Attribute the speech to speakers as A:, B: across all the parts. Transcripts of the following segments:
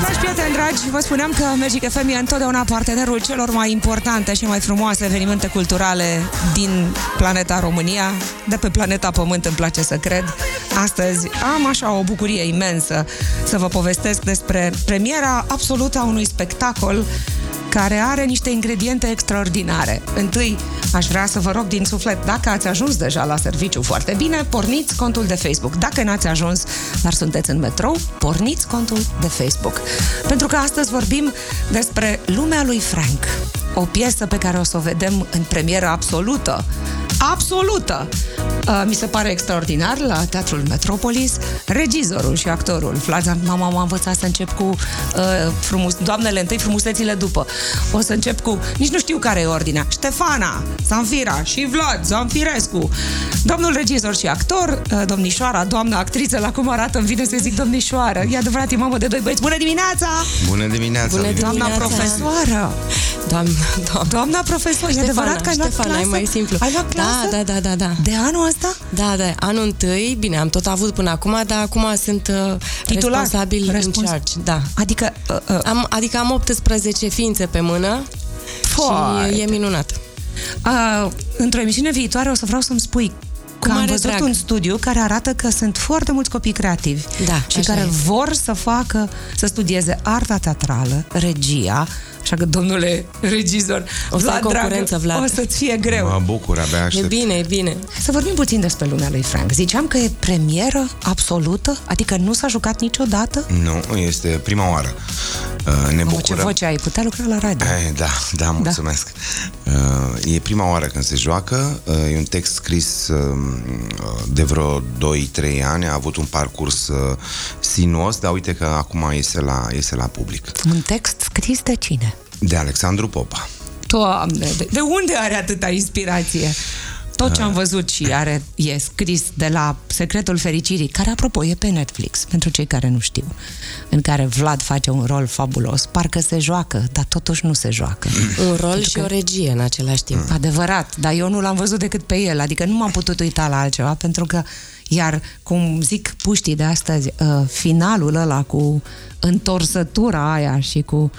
A: Dragi prieteni dragi, vă spuneam că Magic FM e întotdeauna partenerul celor mai importante și mai frumoase evenimente culturale din planeta România. De pe planeta Pământ îmi place să cred. Astăzi am așa o bucurie imensă să vă povestesc despre premiera absolută a unui spectacol care are niște ingrediente extraordinare. Întâi, aș vrea să vă rog din suflet, dacă ați ajuns deja la serviciu foarte bine, porniți contul de Facebook. Dacă n-ați ajuns, dar sunteți în metrou, porniți contul de Facebook. Pentru că astăzi vorbim despre Lumea lui Frank, o piesă pe care o să o vedem în premieră absolută. Absolută! Uh, Mi se pare extraordinar la Teatrul Metropolis. Regizorul și actorul Flaza, mama m-a învățat să încep cu uh, frumos, doamnele întâi, frumusețile după. O să încep cu, nici nu știu care e ordinea, Ștefana, Sanfira și Vlad Zanfirescu. Domnul regizor și actor, uh, domnișoara, doamna actriță, la cum arată, îmi vine să zic domnișoară. E adevărat, e mamă de doi băieți. Bună dimineața!
B: Bună dimineața!
C: Bună
B: Bine.
A: Doamna
C: dimineața!
A: profesoară!
C: Doamna, doamna.
A: Doamna profesor, e adevărat că ai luat
C: Ștefana,
A: clasă?
C: e mai simplu.
A: Ai luat clasă?
C: Da, da, da, da, da.
A: De anul ăsta?
C: Da, da, anul întâi, bine, am tot avut până acum, dar acum sunt uh,
A: Titular,
C: responsabil
A: răspuns.
C: în charge. Da.
A: Adică, uh, uh,
C: Am, adică am 18 ființe pe mână
A: Foarte.
C: și e minunat.
A: uh, într-o emisiune viitoare o să vreau să-mi spui
C: Cu
A: că am
C: mare
A: văzut
C: drag.
A: un studiu care arată că sunt foarte mulți copii creativi
C: Da,
A: și
C: așa
A: care
C: e.
A: vor să facă, să studieze arta teatrală, regia, așa că, domnule regizor,
C: O să ai
A: dragă,
C: concurență, Vlad.
A: o să-ți fie greu.
B: Mă bucur, abia
C: E
B: aștept.
C: bine, e bine.
A: Să vorbim puțin despre lumea lui Frank. Ziceam că e premieră absolută, adică nu s-a jucat niciodată?
B: Nu, este prima oară. Uh, Ne
A: Mamă, ce
B: bucurăm.
A: voce ai, putea lucra la radio.
B: Eh, Da, da, mulțumesc. Uh, E prima oară când se joacă, uh, e un text scris uh, de vreo 2-3 ani, a avut un parcurs uh, sinuos, dar uite că acum iese la, iese la public.
A: Un text scris de cine?
B: De Alexandru Popa.
A: Doamne, de, de unde are atâta inspirație? Tot ce am văzut și are, e scris de la Secretul Fericirii, care, apropo, e pe Netflix, pentru cei care nu știu, în care Vlad face un rol fabulos. Parcă se joacă, dar totuși nu se joacă.
C: Un rol
A: Adică-
C: și o regie în același timp.
A: Adevărat, dar eu nu l-am văzut decât pe el, adică nu m-am putut uita la altceva, pentru că, iar, cum zic puștii de astăzi, uh, finalul ăla cu întorsătura aia și cu...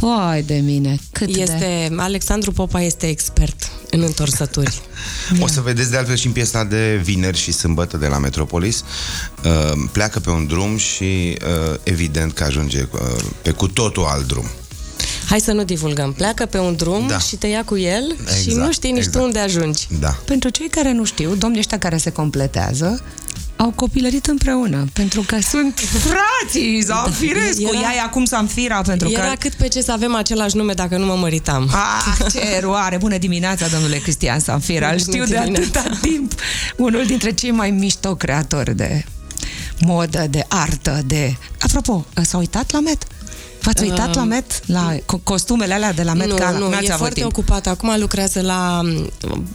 A: Vai de mine, cât de...
C: Este, Alexandru Popa este expert în întorsături.
B: O să vedeți de altfel și în piesa de vineri și sâmbătă de la Metropolis. Uh, Pleacă pe un drum și uh, evident că ajunge uh, pe cu totul alt drum.
C: Hai să nu divulgăm. Pleacă pe un drum
B: Da.
C: și te ia cu el și
B: Exact,
C: nu știi nici
B: exact.
C: tu unde ajungi.
B: Da.
A: Pentru cei care nu știu, domnii ăștia care se completează, au copilărit împreună, pentru că sunt frații Zamfirescu.
C: Da, Era-
A: Era... Ia acum Samfira, pentru
C: Era
A: că...
C: cât pe ce să avem același nume dacă nu mă măritam.
A: Ah, ce eroare! Bună dimineața, domnule Cristian Samfira! Îl
C: Bună
A: știu de
C: dimineața.
A: atâta timp! Unul dintre cei mai mișto creatori de modă, de artă, de... Apropo, s-a uitat la Met? V-ați uitat la Met? La co- costumele alea de la Met?
C: nu,
A: Gala?
C: nu,
A: N-ați
C: e
A: avut
C: foarte
A: timp.
C: ocupat. Acum lucrează la...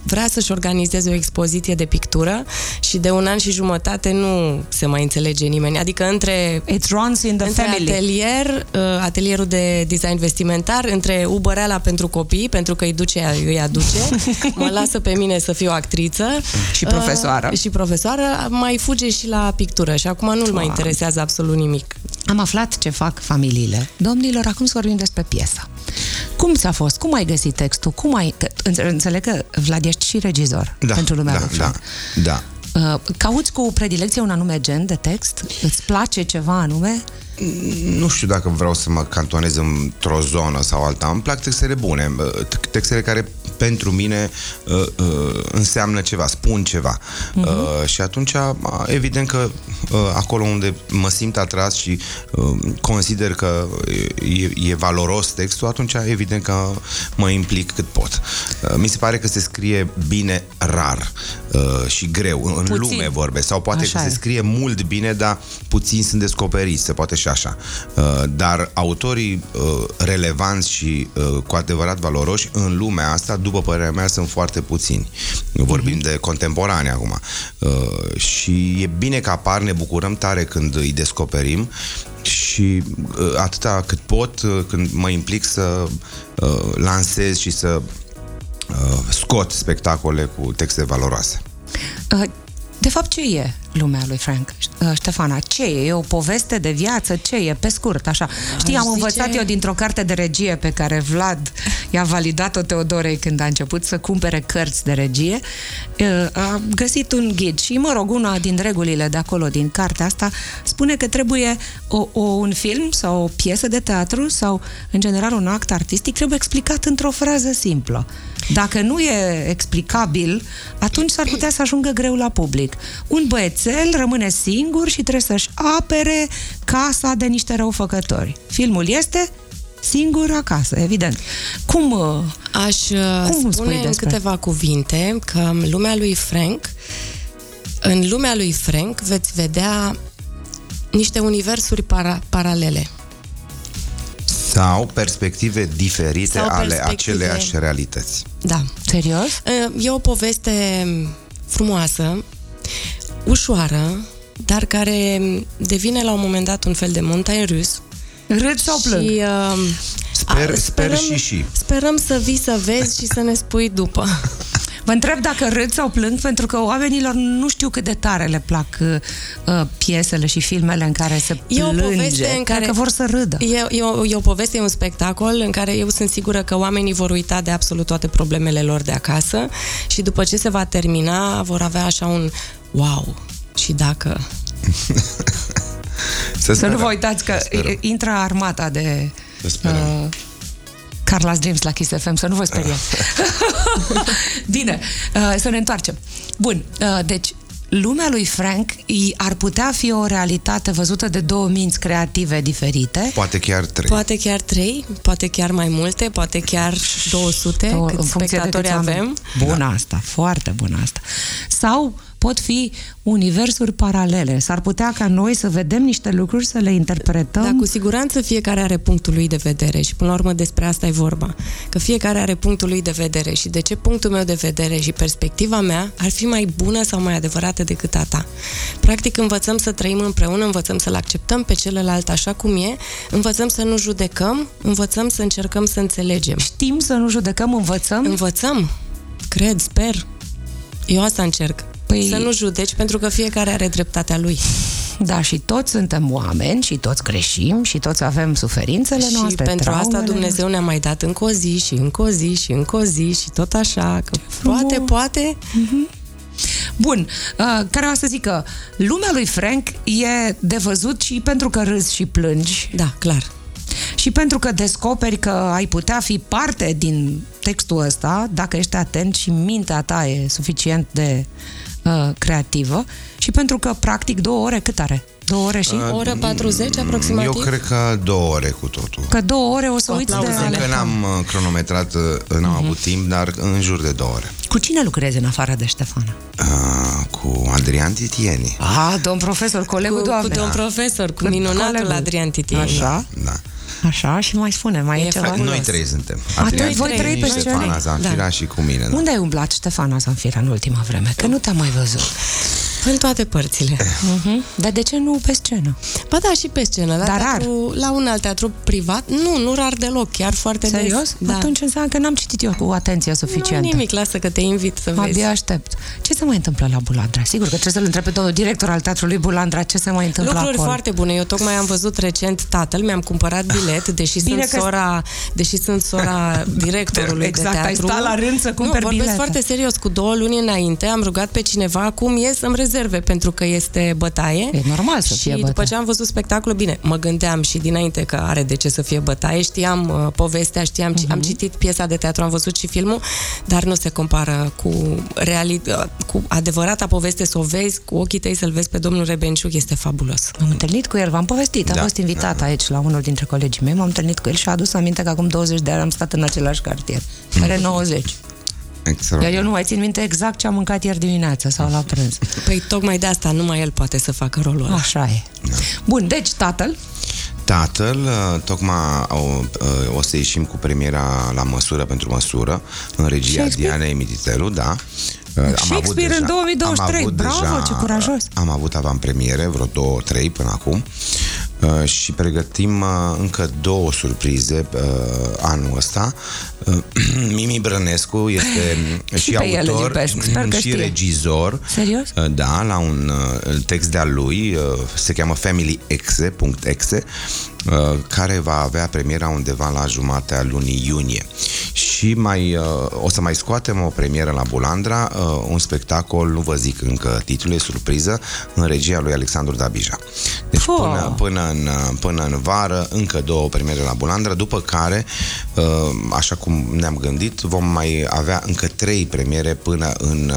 C: Vrea să-și organizeze o expoziție de pictură și de un an și jumătate nu se mai înțelege nimeni. Adică între,
A: It runs in the
C: între
A: family.
C: atelier, uh, atelierul de design vestimentar, între ubăreala pentru copii, pentru că îi duce, îi aduce, mă lasă pe mine să fiu actriță.
A: Și profesoară.
C: Uh, Și profesoară, mai fuge și la pictură și acum nu-l mai
A: Doamne.
C: interesează absolut nimic.
A: Am aflat ce fac familiile. Domnilor, acum să vorbim despre piesă. Cum ți-a fost? Cum ai găsit textul? Cum ai... că înțe- Înțeleg că Vlad ești și regizor
B: Da,
A: pentru lumea
B: da,
A: lui
B: da,
A: Frank.
B: da.
A: Uh, Cauți cu predilecție un anume gen de text? Îți place ceva anume?
B: Nu știu dacă vreau să mă cantonez într-o zonă sau alta. Îmi plac textele bune, t- textele care pentru mine uh, uh, înseamnă ceva, spun ceva. Uh, și atunci, a, evident că uh, acolo unde mă simt atras și uh, consider că e, e valoros textul, atunci evident că mă implic cât pot. Uh, mi se pare că se scrie bine rar uh, și greu, în
A: Puțin.
B: lume vorbesc, sau poate
A: Așa
B: că
A: e.
B: se scrie mult bine, dar puțin sunt descoperiți, se poate și așa. Uh, Dar autorii uh, relevanți și uh, cu adevărat valoroși în lumea asta, după părerea mea, sunt foarte puțini. Vorbim
A: Mhm.
B: de contemporani acum. Uh, Și e bine că apar, ne bucurăm tare când îi descoperim și uh, atâta cât pot, uh, când mă implic să uh, lansez și să uh, scot spectacole cu texte valoroase.
A: Uh, De fapt, ce e lumea lui Frank. Uh, Ștefana, ce e? E o poveste de viață? Ce e? Pe scurt, așa. Știi, am
C: zice-
A: învățat eu dintr-o carte de regie pe care Vlad i-a validat-o Teodorei când a început să cumpere cărți de regie. Uh, A găsit un ghid și, mă rog, una din regulile de acolo, din cartea asta, spune că trebuie o, o, un film sau o piesă de teatru sau, în general, un act artistic trebuie explicat într-o frază simplă. Dacă nu e explicabil, atunci s-ar putea să ajungă greu la public. Un băiețel rămâne singur și trebuie să-și apere casa de niște răufăcători. Filmul este singur acasă, evident. Cum... uh,
C: Aș uh,
A: Cum îmi spui
C: spune în
A: despre?
C: câteva cuvinte că lumea lui Frank, în lumea lui Frank veți vedea niște universuri para- paralele.
B: Sau perspective diferite
C: Sau
B: ale
C: perspective-
B: aceleași realități.
C: Da.
A: Serios?
C: Uh, E o poveste frumoasă, ușoară, dar care devine la un moment dat un fel de montaie rus.
A: Râd sau plâng?
C: Și, uh,
B: Sper- sper și și.
C: Sperăm să vii să vezi și să ne spui după.
A: Vă întreb dacă râd sau plâng, pentru că oamenilor nu știu cât de tare le plac uh, uh, piesele și filmele în care se
C: E o
A: plânge.
C: poveste în care
A: Cred că vor să râdă.
C: E, e, o, e o poveste, e un spectacol în care eu sunt sigură că oamenii vor uita de absolut toate problemele lor de acasă și după ce se va termina vor avea așa un wow. Și dacă...
A: Să nu
B: sperăm.
A: vă uitați că
B: Să sperăm.
A: intră armata de
B: Să sperăm.
A: uh, Carla's Dreams la Kiss FM, să nu vă speriați. Bine, uh, să ne întoarcem. Bun, uh, deci lumea lui Frank i- ar putea fi o realitate văzută de două minți creative diferite.
B: Poate chiar trei.
C: Poate chiar trei, poate chiar mai multe, poate chiar 200,
A: Sau
C: cât spectatori
A: câți oameni.
C: avem.
A: Bună asta, foarte bună asta. Sau pot fi universuri paralele. S-ar putea ca noi să vedem niște lucruri, să le interpretăm.
C: Dar cu siguranță fiecare are punctul lui de vedere și până la urmă despre asta e vorba. Că fiecare are punctul lui de vedere și de ce punctul meu de vedere și perspectiva mea ar fi mai bună sau mai adevărată decât a ta. Practic învățăm să trăim împreună, învățăm să-l acceptăm pe celălalt așa cum e, învățăm să nu judecăm, învățăm să încercăm să înțelegem.
A: Știm să nu judecăm, învățăm.
C: Învățăm, cred, sper. Eu asta încerc.
A: Păi-
C: Păi... Să nu judeci pentru că fiecare are dreptatea lui.
A: Da, și toți suntem oameni și toți greșim și toți avem suferințele
C: Și
A: noastre.
C: pentru asta
A: traumele
C: Dumnezeu ne-a mai dat încă o zi și încă o zi și încă o zi și tot așa, că poate, poate,
A: Bun, uh, care o să zică, lumea lui Frank e de văzut și pentru că râzi și plângi
C: da, clar.
A: și pentru că descoperi că ai putea fi parte din textul ăsta, dacă ești atent și mintea ta e suficient de uh, creativă și pentru că, practic, două ore cât are? Două ore și...
C: O oră 40 aproximativ?
B: Eu cred că două ore cu totul.
A: Că două ore o să uiți de...
C: aplauze.
B: Încă n-am uh, cronometrat, uh, n-am
A: Mhm.
B: avut timp, dar în jur de două ore.
A: Cu cine lucrezi în afară de Ștefana?
B: Uh, cu Adrian Titieni.
A: Ah, domn profesor, colegul
C: Cu, da.
A: doamnei.
C: cu domn profesor, cu minunatul
A: Colegul.
C: Adrian Titian.
A: Așa,
B: Da.
A: așa și mai spune, mai e,
C: E
A: ceva?
C: fabulos.
B: Noi trei suntem.
A: Atunci voi trei
B: Titieni,
A: pe
B: Ștefana
A: scenă.
B: Zanfira
C: Da.
B: și cu mine. Da.
A: Unde ai umblat, Ștefana Zanfira, în ultima vreme? Că nu te-am mai văzut.
C: În toate părțile.
A: Uh-huh. Dar de ce nu pe scenă?
C: Ba da, și pe scenă, la,
A: Dar
C: teatru, la un alt teatru privat. Nu, nu rar deloc, chiar foarte
A: Serios?
C: des. Da.
A: Atunci înseamnă că n-am citit eu cu atenție
C: nu
A: suficientă.
C: nimic, lasă că te invit să vezi.
A: Abia aștept. Ce se mai întâmplă la Bulandra? Sigur că trebuie să-l întreb pe domnul director al Teatrului Bulandra ce se mai întâmplă
C: Lucruri
A: acolo.
C: foarte bune. Eu tocmai am văzut recent tatăl, mi-am cumpărat bilet, deși
A: Bine
C: sunt
A: că-
C: sora, deși sunt sora directorului
A: Exact,
C: de
A: ai
C: teatru.
A: stat la rând să cumperi
C: nu, vorbesc
A: bilete.
C: foarte serios. Cu două luni înainte am rugat pe cineva acum e să-mi rezerve pentru că este bătaie.
A: E normal să
C: și
A: fie
C: după
A: bătaie.
C: ce am văzut spectacolul, bine, mă gândeam și dinainte că are de ce să fie bătaie, știam uh, povestea, știam, uh-huh.
A: Mhm.
C: am citit piesa de teatru, am văzut și filmul, dar nu se compară cu, reali- uh, cu adevărata poveste să o vezi, cu ochii tăi să-l vezi pe domnul Rebenciuc, este fabulos.
A: M-am întâlnit cu el, v-am povestit, am
B: Da.
A: fost invitat aici la unul dintre colegii mei, m-am întâlnit cu el și a adus aminte că acum 20 de ani am stat în același cartier. Are 90. Iar
B: Extraordinar.
A: eu nu mai țin minte exact ce am mâncat ieri dimineață sau la prânz.
C: Păi tocmai de asta numai el poate să facă rolul ăla.
A: Așa e. Bun, deci tatăl,
B: Tatăl, uh, tocmai o, uh, o să ieșim cu premiera la măsură pentru măsură, în regia
A: Shakespeare?
B: Dianei Mititelu, da. Uh,
A: Shakespeare în 2023, bravo, ce curajos.
B: Am avut avantpremiere, vreo două, trei până acum. Uh, și pregătim uh, încă două surprize uh, anul ăsta. Uh, Mimi Brănescu este
A: Și
B: și,
A: pe el îl
B: autor
A: iubesc, sper că
B: și
A: știe.
B: regizor.
A: Serios?
B: Uh, Da, la un uh, text de-a lui, uh, se cheamă familyexe.exe, uh, care va avea premiera undeva la jumatea lunii iunie. Și mai uh, o să mai scoatem o premieră la Bulandra, uh, un spectacol, nu vă zic încă titlul, e surpriză, în regia lui Alexandru Dabija. Deci
A: Puh!
B: până, până, în, până în vară, încă două premiere la Bulandra, după care, uh, așa cum ne-am gândit, vom mai avea încă trei premiere până în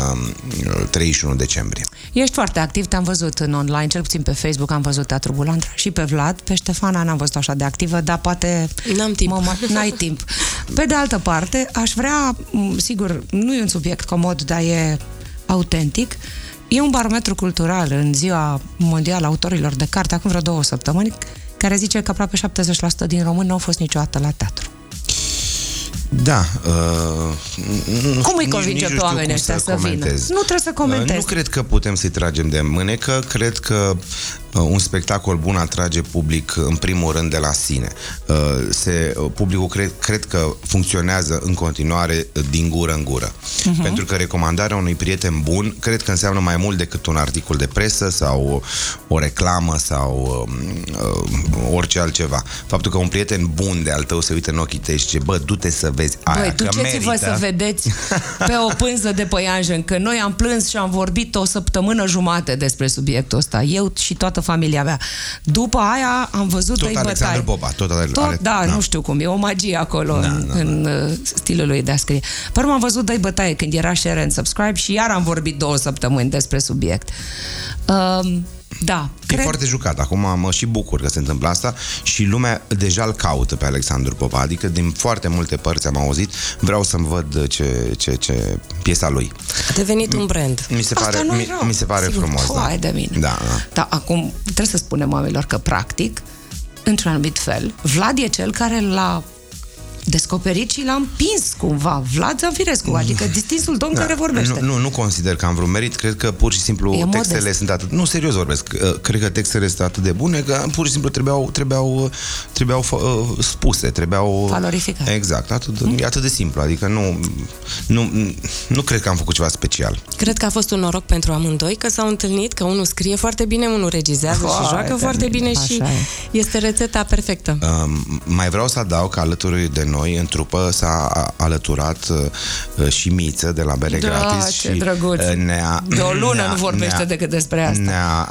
B: uh, 31 decembrie.
A: Ești foarte activ, te-am văzut în online, cel puțin pe Facebook am văzut Teatru Bulandra și pe Vlad, pe Ștefana n-am văzut așa de activă, dar poate...
C: N-am timp.
A: Mă, mă, n-ai timp. Pe de altă parte, aș vrea, m, sigur, nu e un subiect comod, dar e autentic, e un barometru cultural în ziua mondială a autorilor de carte, acum vreo două săptămâni, care zice că aproape 70% din români nu au fost niciodată la teatru.
B: Da. Uh, nu-
A: Cum îi
B: nici- nici
A: convingem
B: nu
A: pe
B: știu
A: oamenii
B: cum
A: ăștia să vină?
B: comentez. Uh,
A: Nu trebuie să comentez.
B: Nu cred că putem să-i tragem de mânecă, cred că uh, un spectacol bun atrage public uh, în primul rând de la sine. Uh, Se, uh, publicul cred, cred că funcționează în continuare uh, din gură în gură.
A: Mhm.
B: Uh-huh. Pentru că recomandarea unui prieten bun cred că înseamnă mai mult decât un articol de presă sau o reclamă sau uh, uh, orice altceva. Faptul că un prieten bun de al tău se uită în ochii tăi și zice, bă, du-te să vezi aia,
A: Băi,
B: că
A: duceți-vă
B: merită."
A: să vedeți pe o pânză de păianjen, că noi am plâns și am vorbit o săptămână jumate despre subiectul ăsta, eu și toată familia mea. După aia am văzut
B: Tot
A: doi
B: Alexandru
A: bătaie.
B: Boba, tot ale-
A: tot
B: ale-
A: da,
B: da.
A: nu știu cum, e o magie acolo
B: Da,
A: în,
B: da, da.
A: în uh, stilul lui de a scrie. Pe urmă am văzut doi bătaie când era share and subscribe și iar am vorbit două săptămâni despre subiect. Um, da,
B: E
A: cred
B: foarte jucat. Acum mă și bucur că se întâmplă asta și lumea deja îl caută pe Alexandru Popa. Adică din foarte multe părți am auzit, vreau să-mi văd ce, ce, ce piesa lui.
A: Ah.
C: A devenit un brand.
B: Mi se
A: Asta
B: pare,
A: nu e
B: mi,
A: rău.
B: mi se pare
A: Sigur,
B: frumos.
A: Hai
B: da.
A: de mine.
B: Da, da.
A: Dar acum trebuie să spunem oamenilor că, practic, într-un anumit fel, Vlad e cel care l-a descoperit și l-a împins cumva. Vlad Zanfirescu, adică distinsul domn care vorbește.
B: Da. Nu, nu, nu consider că am vreun merit, cred că pur și simplu
A: E
B: e
A: modest.
B: textele sunt atât... Nu, serios vorbesc, uh, cred că textele sunt atât de bune că pur și simplu trebuiau, trebuiau, trebuiau fă- uh, spuse, trebuiau...
A: Valorificate. Mm.
B: Exact, atât, de- e atât de simplu, adică nu, nu, nu cred că am făcut ceva special.
C: Cred că a fost un noroc pentru amândoi că s-au întâlnit, că unul scrie foarte bine, unul regizează
A: Foarte
C: și joacă foarte
A: bine.
C: bine și
A: Așa
C: este rețeta perfectă.
B: Um, mai vreau să adaug că alături de noi în trupă s-a a- alăturat uh, și Miță de la Bere
A: Da,
B: Gratis
A: ce
B: și
A: drăguț.
B: uh, ne-a,
A: De o lună
B: ne-a-
A: nu vorbește
B: ne-a-
A: decât despre asta.
B: Ne-a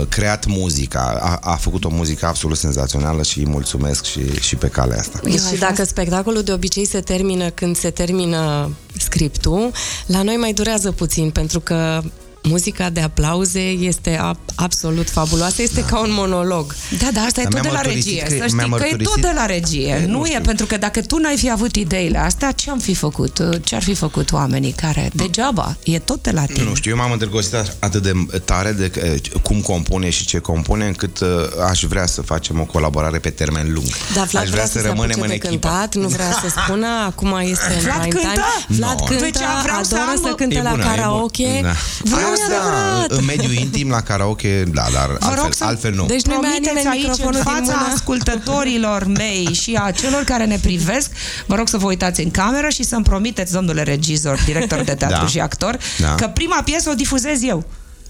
B: uh, creat muzica, a, a făcut o muzică absolut senzațională și îi mulțumesc și, și pe calea asta.
A: Eu aș
C: Și
A: vrea
C: dacă spectacolul de obicei se termină când se termină scriptul, la noi mai durează puțin pentru că muzica de aplauze este a, absolut fabuloasă, este da. ca un monolog.
A: Da, da, asta e
B: Dar
A: tot de
B: mi-am
A: la
B: mărturisit
A: regie.
B: că-
A: Să știi
B: mi-am
A: că e
B: mărturisit.
A: tot de la regie.
B: E,
A: Nu,
B: nu
A: nu e
B: știu.
A: pentru că dacă tu n-ai fi avut ideile astea, ce am fi făcut? Ce ar fi făcut oamenii care? Degeaba. E tot de la tine.
B: Nu știu, eu m-am îndrăgostit atât de tare de eh, cum compune și ce compune, încât eh, aș vrea să facem o colaborare pe termen lung.
C: Dar Vlad
B: aș
C: vrea să, se apuce de cântat, nu vrea să spună, acum este în
A: Vlad
C: prime time.
A: cântă?
C: Vlad
B: No.
C: cântă,
A: Deci vreau să
C: adoră
A: am-
C: să, cânte
B: E
C: la
B: bună, e
C: karaoke.
B: bună.
C: Vreau
B: Asta,
C: adevărat!
B: În mediul intim, la karaoke, da, dar altfel,
A: să-
B: altfel nu.
C: Deci nu mai are
A: Promiteți
C: nimeni
A: aici în
C: microfonul din
A: fața
C: mână.
A: ascultătorilor mei și a celor care ne privesc, vă rog să vă uitați în cameră și să-mi promiteți, domnule regizor, director de teatru
B: Da.
A: și actor,
B: Da.
A: că prima piesă o difuzez eu.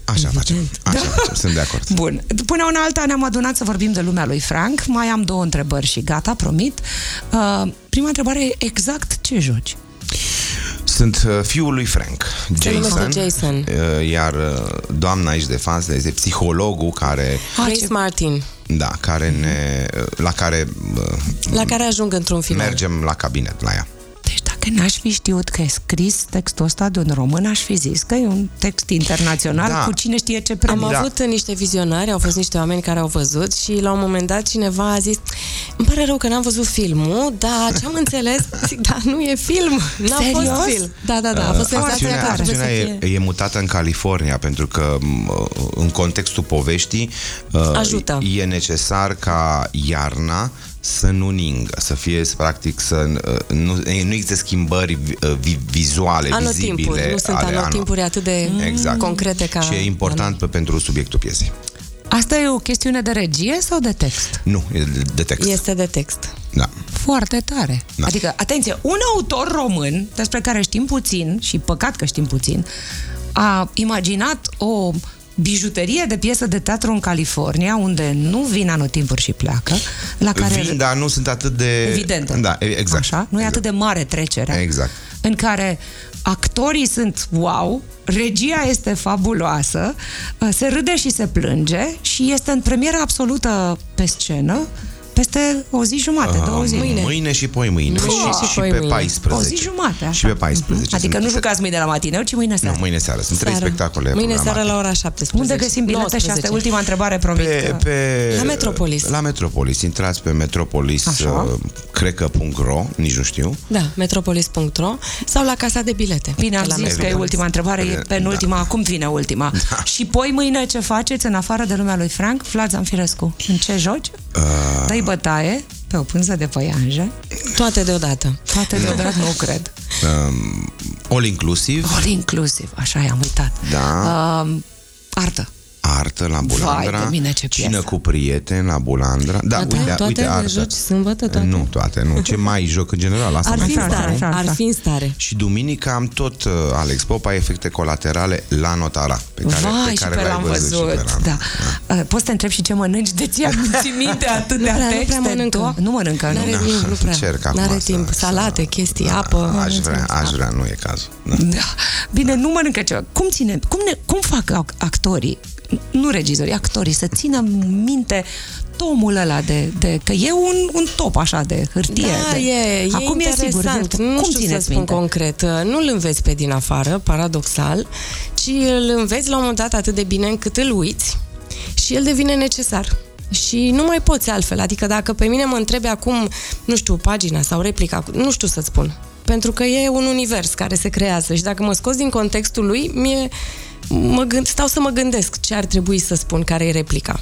A: Da?
B: Așa facem.
C: Da.
B: Așa facem, sunt de acord.
A: Bun. Până una alta ne-am adunat să vorbim de lumea lui Frank. Mai am două întrebări și gata, promit. Uh, prima întrebare e exact ce joci?
B: Sunt uh, fiul lui Frank, Jason.
C: numește Jason.
B: Uh, Iar uh, doamna aici de față este psihologul care,
C: Grace Martin,
B: da, care ne, la care uh,
C: la care ajung într-un final.
B: mergem la cabinet la ea.
A: Deci dacă n-aș fi știut că e scris textul ăsta de un român, aș fi zis că e un text internațional
B: Da.
A: cu cine știe ce premiu.
C: Am
B: Da.
C: avut niște vizionari, au fost niște oameni care au văzut și la un moment dat cineva a zis îmi pare rău că n-am văzut filmul, dar ce am înțeles, zic, da, nu e film, n-a fost
A: Serios?
C: film. Da, da, da, a fost senzația
B: acțiunea,
C: că trebuie să
B: acțiunea
C: fie.
B: e, e mutată în California pentru că m, în contextul poveștii uh,
C: Ajută.
B: e necesar ca iarna să nu ningă, să fie să, practic să uh, nu, e, nu există schimbări vi- uh, vi, vizuale,
C: Anotimpuri,
B: vizibile
C: nu sunt
B: ale anului.
C: anotimpuri atât de
B: Exact.
C: concrete ca...
B: Și e important pe, pentru subiectul piesei.
A: Asta e o chestiune de regie sau de text?
B: Nu, e de- de text.
C: Este de text.
B: Da.
A: Foarte tare.
B: Da.
A: Adică, atenție, un autor român, despre care știm puțin, și păcat că știm puțin, a imaginat o bijuterie de piesă de teatru în California, unde nu vin anotimpuri și pleacă, la care...
B: Care... Vin, dar nu sunt atât de...
A: Evidentă.
B: Da, e- exact.
A: Așa? Nu e
B: exact.
A: atât de mare trecerea.
B: Exact.
A: În care actorii sunt wow, regia este fabuloasă, uh, se râde și se plânge și este în premieră absolută pe scenă peste o zi jumate,
B: Uh,
A: două zile.
B: mâine și poi mâine.
C: Mâine
B: și,
C: și
B: și
C: poi
B: pe
C: mâine.
B: 14.
A: O zi jumate, așa.
B: Și pe 14.
A: Mhm. Adică
B: Sunt
A: nu
B: câte-
A: jucați mâine la matineu, ci mâine seara.
B: Nu, mâine seară. Sunt trei
C: Seară.
B: spectacole
C: Mâine seară
B: programate.
C: la ora 17.
A: Unde găsim bilete? Și asta e
C: 19.
A: ultima întrebare, promit.
B: Pe, pe,
C: La Metropolis.
B: La Metropolis. Intrați pe Metropolis,
A: Așa.
B: uh, cred că .ro, nici nu știu.
C: Da, metropolis.ro sau la casa de bilete.
A: Bine am
C: la
A: zis că e
B: Metropolis.
A: ultima întrebare, e
B: Da.
A: penultima, acum vine ultima. Și poi mâine ce faceți în afară de lumea lui Frank? Vlad Zanfirescu, în ce joci?
B: Uh,
A: Dai bătaie pe o pânză de păianjă.
C: Toate deodată.
A: Toate
B: Da.
A: deodată nu cred.
B: um, all inclusiv,
A: All inclusiv, așa i-am uitat.
B: da,
A: Um, artă.
B: artă la Bulandra,
A: de mine, ce
B: cină
A: piesă.
B: cu prieteni la Bulandra. Da,
C: Toate?
B: uite,
C: Toate?
B: uite
C: Le
B: artă.
C: joci sâmbătă toate?
B: Nu toate, nu. Ce mai joc în general, asta
C: Ar
B: mai
C: fi în
B: fac,
A: Așa,
C: stare.
A: așa,
C: Ar
A: așa.
C: fi în stare.
B: Și duminica am tot uh, Alex Popa efecte colaterale la notara pe care,
A: Vai,
B: pe
A: și
B: care
A: pe
B: l-ai
A: l-am
B: văzut, și pe
A: văzut.
B: l-am-
A: Da. Uh, Poți să te întreb și ce mănânci? De ce ții minte atâtea
C: Nu prea- nu prea
A: texte?
C: mănâncă.
A: Do- Nu mănâncă, nu.
C: N-are
B: Da,
C: timp, nu prea.
B: încerc acum
C: N-are
B: să-
C: timp.
B: să- Da,
C: Salate, chestii, apă.
B: Aș vrea, aș vrea, nu e cazul. Da.
A: Da. Bine, nu mănâncă ceva. Cum ține, cum, ne, cum fac ac- actorii, nu regizorii, actorii, să țină minte tomul ăla de, de că e un, un top așa de hârtie.
C: Da,
A: de,
C: e, e
A: Acum e sigur,
C: interesant.
A: e-
C: nu
A: cum
C: știu să
A: țineți
C: spun
A: minte?
C: concret. uh, Nu-l înveți pe din afară, paradoxal, ci îl înveți la un moment dat atât de bine încât îl uiți și el devine necesar. Și nu mai poți altfel. Adică dacă pe mine mă întrebi acum, nu știu, pagina sau replica, nu știu să-ți spun. Pentru că e un univers care se creează și dacă mă scoți din contextul lui, mie mă gând, stau să mă gândesc ce ar trebui să spun, care e replica.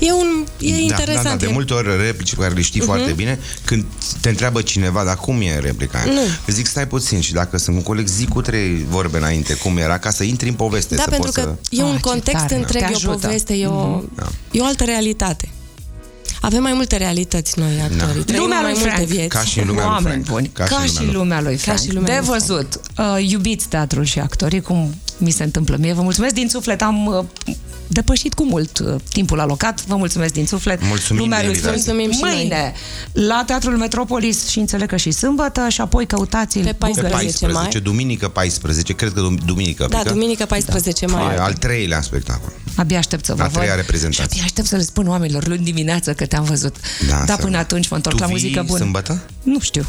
C: E, un, e interesant.
B: Da, da, de
C: e- Mhm.
B: multe ori replici pe care le știi uh-huh. foarte bine, când te întreabă cineva, dar cum e replica aia?
C: Nu.
B: Zic, stai puțin și dacă sunt un coleg, zic cu trei vorbe înainte cum era, ca să intri în poveste.
C: Da,
B: să
C: pentru
B: poți
C: că
B: să...
C: e
A: Ah,
C: un
A: ce
C: context
A: tare,
C: întreg,
A: te
C: e o
A: ajută.
C: poveste, e o,
B: Da.
C: e o altă realitate. Avem mai multe realități noi, actorii.
B: Da.
C: Trăim
A: Lumea
C: mai
A: lui
C: multe
A: Frank.
C: vieți.
B: Ca și în lumea lui
A: Oameni
B: Frank.
A: buni, ca, ca și lumea lui Frank.
C: Ca și lumea
A: de
C: lui Frank.
A: văzut, uh, iubiți teatrul și actorii, cum mi se întâmplă mie. Vă mulțumesc din suflet, am uh, depășit cu mult uh, timpul alocat. Vă mulțumesc din suflet.
B: Mulțumim
A: lumea
B: de
A: lui Frank.
B: invitație.
C: Mulțumim și noi.
A: Mâine, la Teatrul Metropolis și înțeleg că și sâmbătă și apoi căutați-l
C: Pe
B: Pe
C: 14
B: 14,
C: mai.
B: duminică 14, cred că dum- duminică.
C: Da,
B: adică
C: duminică 14 da. mai.
B: E al treilea spectacol.
A: Abia aștept să vă
B: A
A: văd.
B: treia reprezentație.
A: Și abia aștept să le spun oamenilor luni dimineață că te-am văzut.
B: Da,
A: Dar
B: seama.
A: până atunci mă întorc
B: tu
A: la
B: vii
A: muzică bună.
B: sâmbătă?
A: Nu știu.